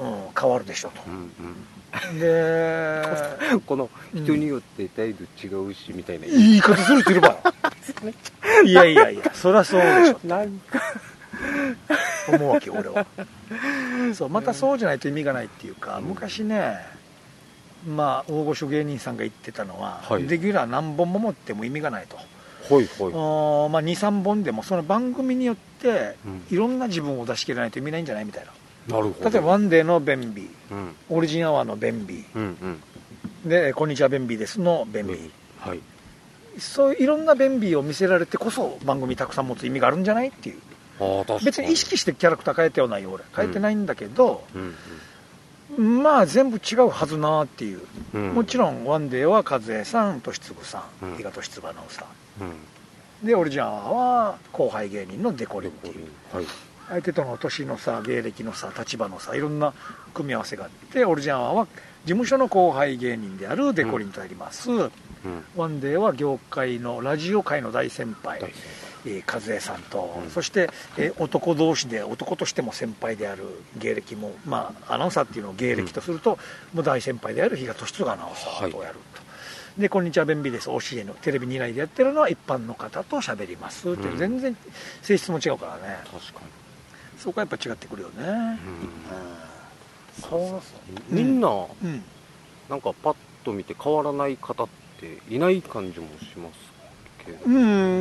うん、変わるでしょ
うんうん
と。で、
この人によって態度違うしみたいな、
言い方するって言う ばよ。いやいやいや、そりゃそうでしょ
なんか
思うわけよ俺 はそうまたそうじゃないと意味がないっていうか、昔ねまあ大御所芸人さんが言ってたのは、
はい
レギュラー何本も持っても意味がないと、
ほいほい
おーまあ、23本でもその番組によって
うん
いろんな自分を出し切らないと意味ないんじゃないみたいな
なるほど
例えば「ワンデーの便秘」
うん
「オリジンアワーの便秘
うんうん」
で「こんにちは便秘です」の便秘、
はい
そういろんな便秘を見せられてこそ番組たくさん持つ意味があるんじゃないっていう
あー確か
別に意識してキャラクター変えてはないよ俺変えてないんだけど、
うん
まあ全部違うはずなっていう、
うん
もちろんワンデーは和江さん俊嗣さん
うん
伊賀俊嗣アナウンサ
うん
ーでオリジナルは後輩芸人のデコリンっていう
はい
相手との年の差芸歴の差立場の差いろんな組み合わせがあってオリジナルは事務所の後輩芸人であるデコリンとやります、
うん
ワンデーは業界のラジオ界の大先輩
大先
えー和江さんと、
うん
そして、えー男同士で男としても先輩である芸歴も、まあ、アナウンサーっていうのを芸歴とすると、もう大先輩である比嘉俊嗣アナウンサーとやると、でこんにちは便秘です OCA のテレビ2台でやってるのは一般の方と喋りますっていう、
うん
全然性質も違うからね
確か
そこはやっぱ違ってくるよね
に、
そ
みんな、
ううん
なんかパッと見て変わらない方っていない感じもしますけど
う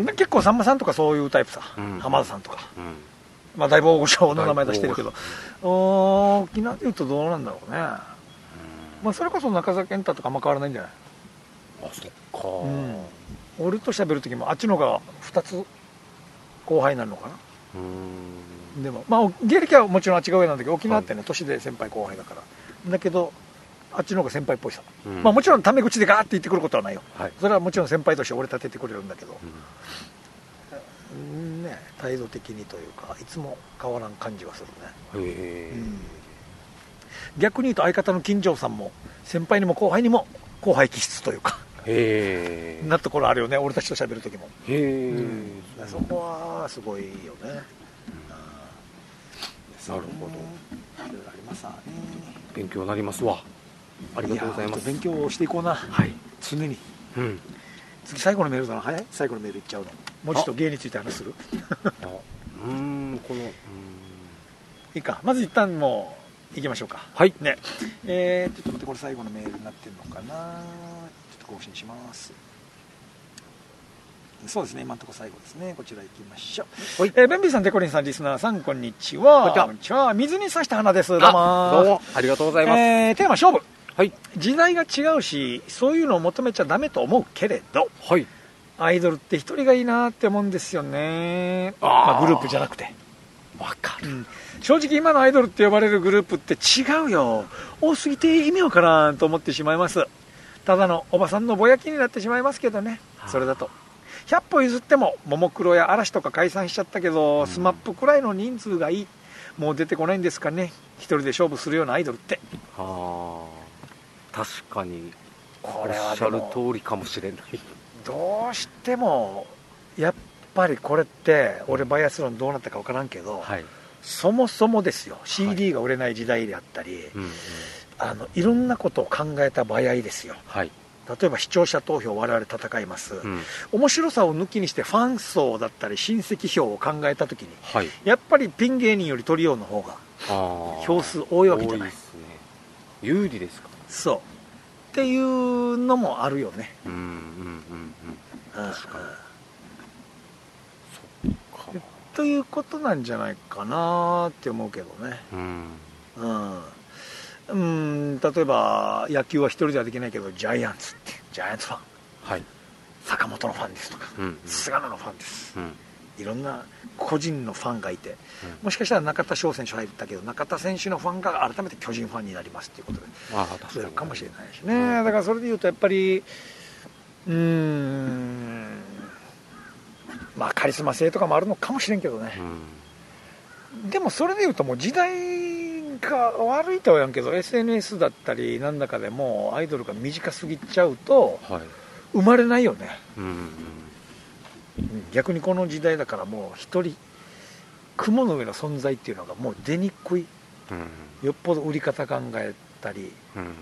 ん、結構さんまさんとかそういうタイプさ、
うん
浜田さんとか、
うん
まあ、だいぶ大御所の名前出してるけど大きなっていうとどうなんだろうねまあ、それこそ中澤健太とかあんま変わらないんじゃない、
あそっか、
うん、俺と喋る時もあっちの方が2つ後輩になるのかな
うーん
でもまあお芸歴はもちろんあっちが上なんだけど沖縄ってね、年で先輩後輩だからだけどあっちの方が先輩っぽいさ、
うん
まあ、もちろんタメ口でガーって言ってくることはないよ
はい、
それはもちろん先輩として俺立ててくれるんだけど
う、ん
うんね、態度的にというかいつも変わらん感じはするね
へえ、
逆に言うと相方の金城さんも先輩にも後輩にも後輩気質というか
へえ
なところあるよね俺たちと喋る時も
へえ、
そこはすごいよね
なるほど
いろいろありますわね
勉強になりますわありがとうございま
や
す
勉強していこうな
はい、
常に
うん、
次最後のメールだな早い最後のメールいっちゃうのもうちょっと芸について話する
あうーんこのうーん
いいかまず一旦もう行きましょうか
はい
ねえー、ちょっと待ってこれ最後のメールになってるのかなちょっと更新しますそうですね今のところ最後ですねこちら行きましょう
はい
えー、ベンビーさん、デコリンさん、リスナーさん、こんにちは。
こんにちは
は。水に刺した花です。どうも
あどうもありがとうございます、
えーテーマ、勝負。
はい
時代が違うし、そういうのを求めちゃダメと思うけれど、
はい
アイドルって一人がいいなって思うんですよね。
あー
まあ、グループじゃなくて。
わかる
正直今のアイドルって呼ばれるグループって違うよ多すぎて意味わからんと思ってしまいますただのおばさんのぼやきになってしまいますけどねそれだと100歩譲ってもももクロや嵐とか解散しちゃったけど、
ん
スマップくらいの人数がいいもう出てこないんですかね一人で勝負するようなアイドルって
あー確かに
こ
おっ
れは
し
で
ゃる
も
通りかもしれない
どうしてもやっぱりこれって俺バイアスロンどうなったか分からんけど、
はい、
そもそもですよ CD が売れない時代であったり、
うんうん、
あのいろんなことを考えた場合ですよ
はい、
例えば視聴者投票我々戦います、
うん、
面白さを抜きにしてファン層だったり親戚票を考えた時に
はい
やっぱりピン芸人よりトリオの方が
あー
票数多いわけじゃない
多ですね有利ですか
そうっていうのもあるよね、
うんうんうんうん
うん
確かか
ということなんじゃないかなって思うけどね
うん
うんうん例えば野球は一人ではできないけどジャイアンツってジャイアンツファン
はい
坂本のファンですとか、
うんうん
菅野のファンです
うん
いろんな個人のファンがいてもしかしたら中田翔選手入ったけど中田選手のファンが改めて巨人ファンになりますっていうことで
ああ確
そう
かに
かもしれないし
う
ね
ん
だからそれでいうとやっぱりうーんまあカリスマ性とかもあるのかもしれんけどね
うん
でもそれでいうともう時代が悪いとは言わんけど SNS だったりなんだかでもうアイドルが短すぎちゃうと
はい
生まれないよね
うんうん
うん逆にこの時代だからもう一人雲の上の存在っていうのがもう出にくい
うん
よっぽど売り方考えたり
うん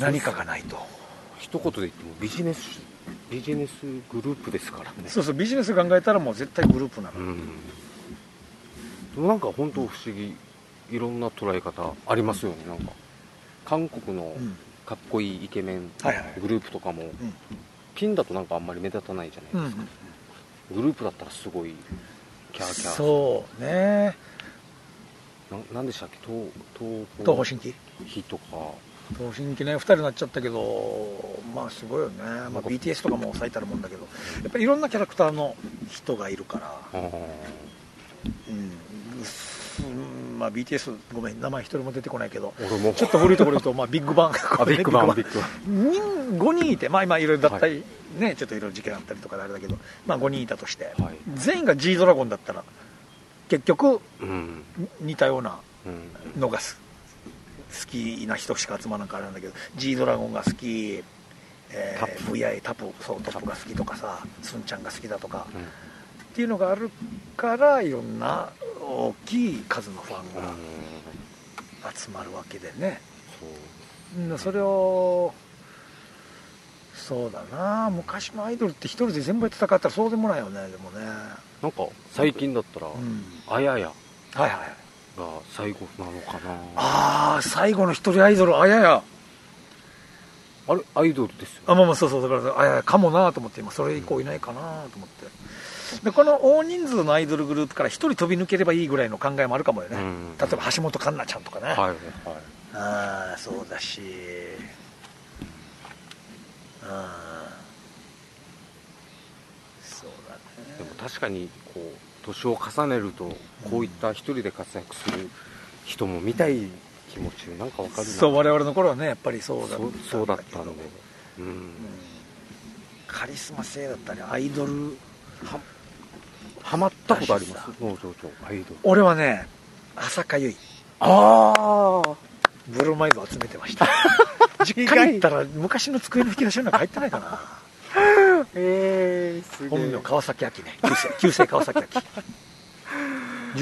何かがないと
一言で言ってもビジネスビジネスグループですからね
そうそうビジネス考えたらもう絶対グループなの、
うんでもなんか本当不思議いろんな捉え方ありますよねなんか韓国の
うん
かっこいいイケメン
はいはい
グループとかも、
うん
ピンだとなんかあんまり目立たないじゃな
う
い、
ん、
グループだったらすごいキャーキャー
そうね
ななんでしたっけ東
東方
東
神起
日とか
東方神起ね2人になっちゃったけどまあすごいよね、まあ、BTS とかも抑えたるもんだけどやっぱりいろんなキャラクターの人がいるから
あー
うんうっすうんまあ BTS ごめん名前一人も出てこないけど
俺も
ちょっと古いところ言うと、まあ、ビッグバン
あビッグバン
ビ
ビ
ッ
ッグバン
人5人いて、まあ、今いろいろ脱退、
はい
ね、ちょっといろいろ事件あったりとかであれだけど、まあ、5人いたとして、
はい
全員が G ドラゴンだったら結局
うん
似たような
うん
のがす好きな人しか集まらんからあれなんだけど G ドラゴンが好き、え
タッ
ー、VI タップそうトップが好きとかさスンちゃんが好きだとか
うん
っていうのがあるからいろんな大きい数のファ
うん
ンが集まるわけでね、
そう
うん、それをそうだな昔のアイドルって一人で全部戦ったらそうでもないよねでもね
なんか最近だったら、
うん
あやや
はいはい
が最後なのかなあ
ああ最後の一人アイドルあやや
れアイドルですよ
あまあまあそうそうだからあいやかもなと思って今それ以降いないかなと思ってでこの大人数のアイドルグループから一人飛び抜ければいいぐらいの考えもあるかもよね、
うん
例えば橋本環奈ちゃんとかね、
はいはい
ああそうだしああそうだ
で
ね
も確かにこう年を重ねるとこういった一人で活躍する人も見たい気持ちなんかわかるな
そう我々の頃はねやっぱりそうだったん
そ
だ
う
けど
そうだったんでうん、
カリスマ性だったりアイドル
ははまったことあります農場長アイドル
俺はね浅香唯
ああ
ブロマイド集めてま した実家に行ったら昔の机の引き出しの中入ってないかな
ええす
本名川崎明ね旧 姓旧姓川崎明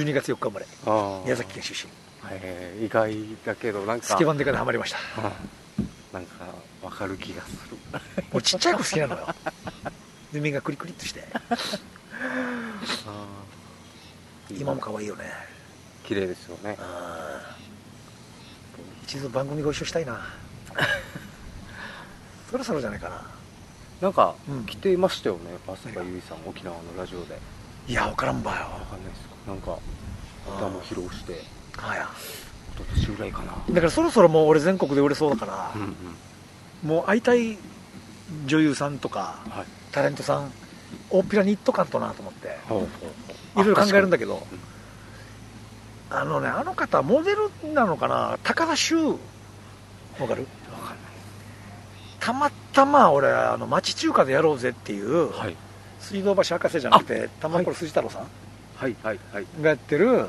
12月4日生まれ
ああ
宮崎県出身
ええ意外だけどなんか
スケバンデカでハマりました
はいなんかわかる気がする
俺ちっちゃい子好きなのよで目がクリクリっとして今も可愛いよね
綺麗ですよね
あー一度番組ご一緒したいなそろそろじゃないかな
なんか
うん
来てましたよね浅香唯さん沖縄のラジオで
いや分からんばよ
わかんないですかなんか
あー
歌も披露して
はや
一昨年ぐらいかな
だからそろそろもう俺全国で売れそうだから、
うんうん
もう会いたい女優さんとか
はい
タレントさん大っぴらに言っとかんとなと思って
ほうほう
いろいろ考えるんだけどあのねあの方モデルなのかな高田修わかるたまたま俺あの町中華でやろうぜっていう、
はい
水道橋博士じゃなくて玉こ筋太郎さ
はいはいはい
んがやってる、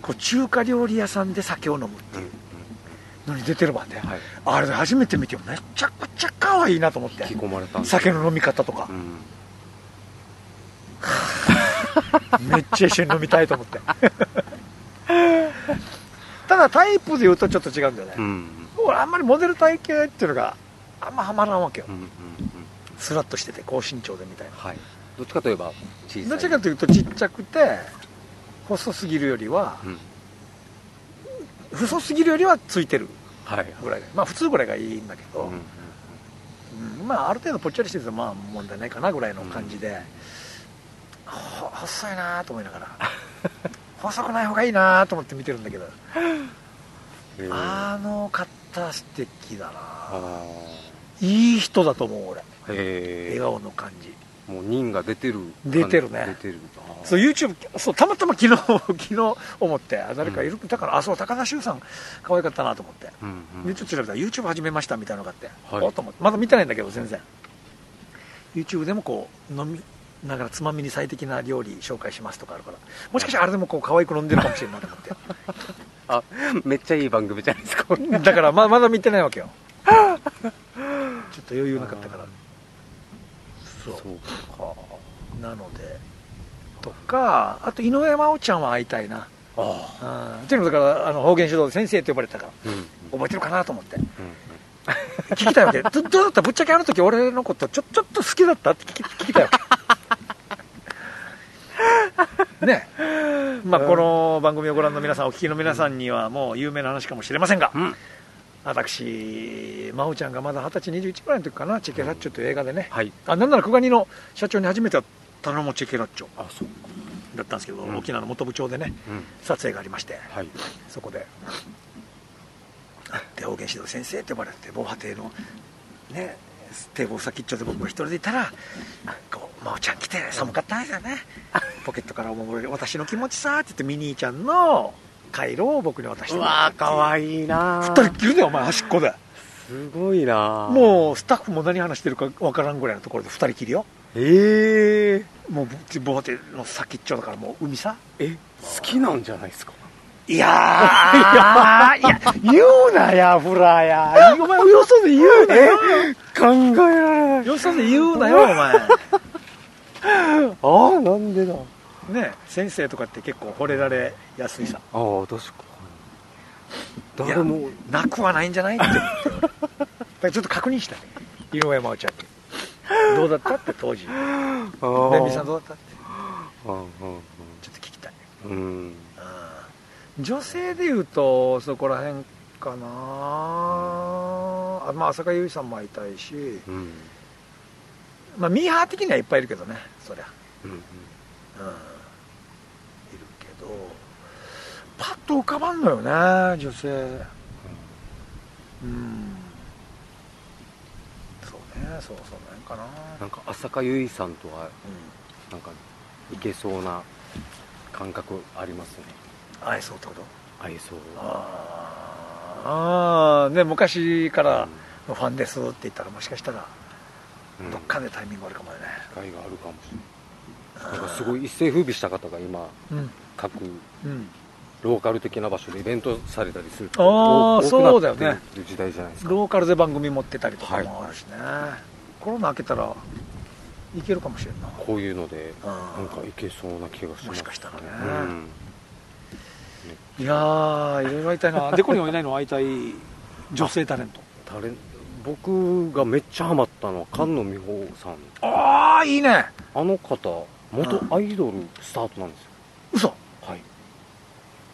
こう中華料理屋さんで酒を飲むって
うん
いううんのに出てる番で、
はい
あれで初めて見てめちゃくちゃ可愛いなと思って
引き込まれたんです
酒の飲み方とか
う、ん
めっちゃ一緒に飲みたいと思って ただタイプで言うとちょっと違うんだよね、
うん
俺あんまりモデル体型っていうのがあんまハマらんわけよ、
うんうんうん
スラッとしてて高身長でみたいな
はいどっちかといえば小さい
どっちかというとちっちゃくて細すぎるよりは
うん
細すぎるよりはついてる
はい
ぐらいがまあ普通ぐらいがいいんだけ
う
ど、
んうん
うんまあある程度ぽっちゃりしててまあ問題ないかなぐらいの感じで、ほ細いなと思いながら細くない方がいいなと思って見てるんだけど、
えー
あの方素敵だな
あ
いい人だと思う俺
ーへ
笑
え
顔の感じ
もう人が出てる感じ
出てるね
出てるあー
そう YouTube そうたまたま昨日 昨日思ってあ誰かいる、だからあそう高田修さん可愛かったなと思って
うんうん
でちょっと調べたら YouTube 始めましたみたいなのがあって、
はい
おっと思ってまだ見てないんだけど全然 YouTube でもこう飲みながらつまみに最適な料理紹介しますとかあるからもしかしたらあれでもこう可愛く飲んでるかもしれんないと思っ
あめっちゃいい番組じゃないですかこれ
てだからままだ見てないわけ よちょっと余裕なかったからそう
そうか
なのでとかあと井上真央ちゃんは会いたいな
あ
あーっていうのもだからあの方言指導で先生と呼ばれてたから
あうんうん
覚えてるかなと思って
う
聞きたいわ けどどうだったぶっちゃけあの時俺のことちょちょっと好きだったって聞き聞きたいわ けねまあ、この番組をご覧の皆さんお聞きの皆さんにはもう有名な話かもしれませんが、
んうん
私真央ちゃんがまだ二十歳21ぐらいの時かなチェケラッチョという映画でね、
はい
あなんなら久我ニの社長に初めて会ったのもチェケラッチョ
あそうか
だったんですけど、
うん
沖縄の本部町でね
うん
撮影がありまして
はい
そこでで方言指導先生って呼ばれて防波堤のね堤防先っちょで僕が一人でいたらこう「真央ちゃん来て寒かったんですよねポケットからお守り私の気持ちさ」って言ってミニーちゃんの回路を僕に渡して
うわーかわ
い
いいな
二
ー
人っきりだよお前端っこです
ごいなー
もうスタッフも何話してるかわからんぐらいのところで二人きりよ
ええ
もう防波堤の先っちょだからもう海さ
え好きなんじゃないですか
い やーいや言うなやフラやお前よそで言うなよ
考えられない
よそで言うなよお前
ああなんでだあ
ね先生とかって結構惚れられやすいさ
あ確かに誰も
いやなくはないんじゃ ないって言って俺だからちょっと確認したね井上真央ちゃんにどうだったって当時「
あ
レミさん
ー
どうだった?」って
うんうん
ちょっと聞きたい
うんうん
うん女性でいうとそこら辺かなあまあ浅香唯さんも会いたいし、
うん
まあ、ミーハー的にはいっぱいいるけどねそりゃ
うん
うんいるけどパッと浮かばんのよね女性うんそうねそうそうなんかな
なんか浅香唯さんとは
う
なんかいけそうな感覚ありますね
ん愛想ってこと
合いそう
ああね昔からのファンですって言ったらもしかしたら
うん
どっかでタイミングあるかもね、
機会があるかもしれないなんかすごい一世風靡した方が今
うん
各
うん
ローカル的な場所でイベントされたりする
あー
多くな
そうだよね
ってる時代じゃないですか
ローカルで番組持ってたりとかもあるしね、コロナ明けたらいけるかもしれんな
こういうので
あー
なんかいけそうな気がします
もしかしたらね
うん
いやーいろいろ会いたい なデコにはいないの会いたい女性タレント
タレン僕がめっちゃハマったのは菅野美穂さん
ああいいね
あの方元アイドルスタートなんですよ
嘘
はい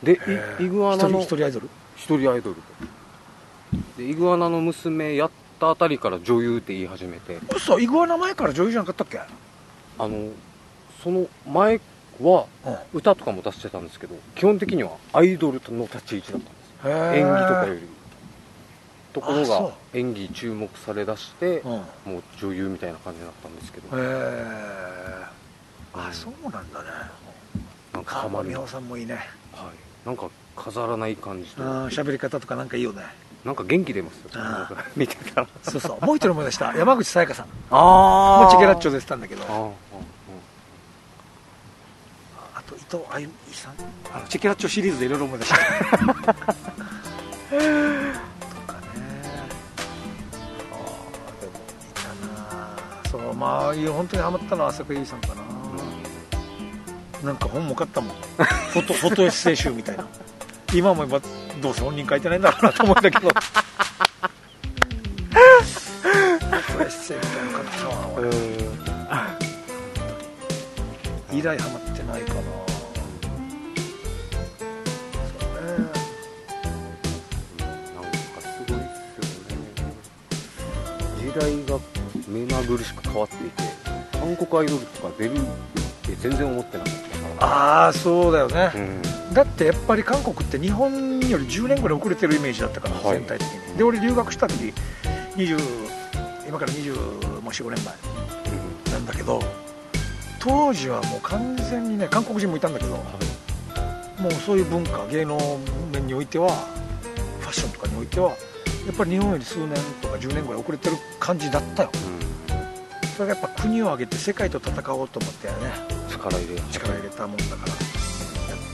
でいイグアナの
一人一人アイドル
一人アイドルでイグアナの娘やったあたりから女優って言い始めて
嘘イグアナ前から女優じゃなかったっけ
あのその前は
うん
歌とかも出してたんですけど基本的にはアイドルの立ち位置だったんですよ演技とかよりところ
あそ
が演技注目されだして
うんへ
もう女優みたいな感じになったんですけど
えあそうなんだね川
ハ
間
マる
美
な
穂さんもいいね
はい、なんか飾らない感じと
うん喋り方とかなんかいい よね
なんか元気出ますよ
あー
見てたら
そうそうもう一人思い出した山口さやかさんも
あ
チェケラッチョ
で
出てたんだけど
あーあ
あと伊藤あゆみさんあのチェケラッチョシリーズでいろいろ思い出した とかねああでもいたなそうまあいや本当にハマったのは浅香唯さんかな、なんか本も買ったもんフォトフォトエッセイ集みたいな今も今どうせ本人書いてないんだろうなと思うんだけどフォトエッセイみたいなの買ったわ
ー
俺以来ハマってないかなそうね
なんかすごいですよね時代が目まぐるしく変わっていて韓国アイドルとか出るって全然思ってなかったか
ああそうだよ
ら
ね、
ん
だってやっぱり韓国って日本より10年ぐらい遅れてるイメージだったから、
はい
全体的にで俺留学した時20今から20もう45年前なんだけど当時はもう完全にね韓国人もいたんだけど、もうそういう文化芸能面においてはファッションとかにおいてはやっぱり日本より数年とか10年ぐらい遅れてる感じだったよそれがやっぱ国を挙げて世界と戦おうと思ってね
うん力入れ
力入れたもんだからやっ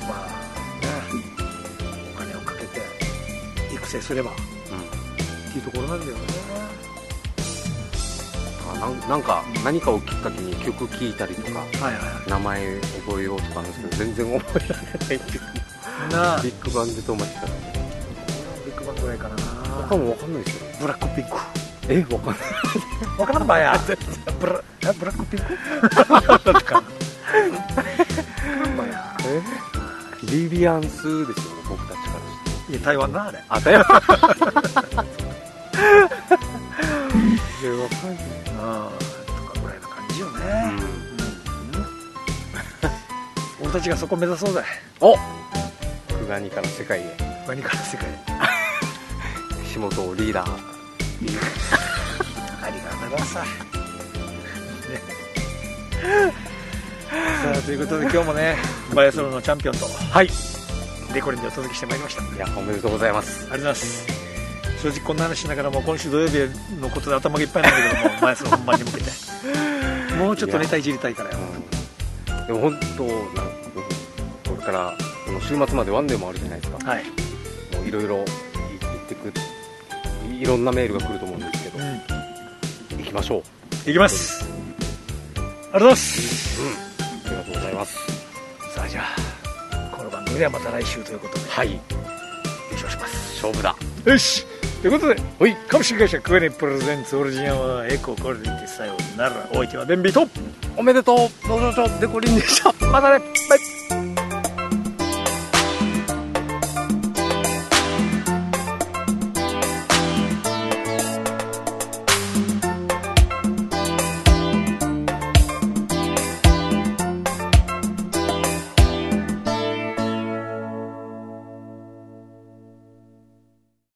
ぱねお金をかけて育成すればっていうところなんだよね
うんあなんなんか何かをきっかけに曲聴いたりとか
はいはいは
名前覚えようとかなんですけど全然覚えられないっていう
いなあ
ビッグバンで止まってたね
ビッグバンぐらいかな
他もわかんないですよね
ブラックピンク
えわかんない
わからんば や。ブラえブラックピンク。だって か。い
えリリアンスですよね僕たちからして
や台湾なあれ。
あたよえわかんない
ああとかぐらいな感じよね。俺たちがそこ目指そうぜ。
お久我にから世界へ
何から世界。
岸本をリーダー
ありがとうございます。ね さあということで今日もねバイアスロンのチャンピオンと
はい
デコリンでお届けしてまいりました。
いやおめでとうございます
ありがとうございます正直こんな話しながらもう今週土曜日のことで頭がいっぱいなんだけども前その本番に向 けてもうちょっとネタいじりたいからよ
でも本当なんこれからこの週末までワンデーもあるじゃないですか
はい、
もういろいろ言ってくいろんなメールが来ると思うんですけど、
うん、
行きましょう
いきますありがとうございます
ありがとうございます
さあじゃあこの番組ではまた来週ということで
はい
優勝します
勝負だ
よしということで
ほい
株式会社クエネプレゼンツオリジンはエコーゴールデンでさようならお相手はベンビーと
おめでとう農場長デコリンでした
またねバイ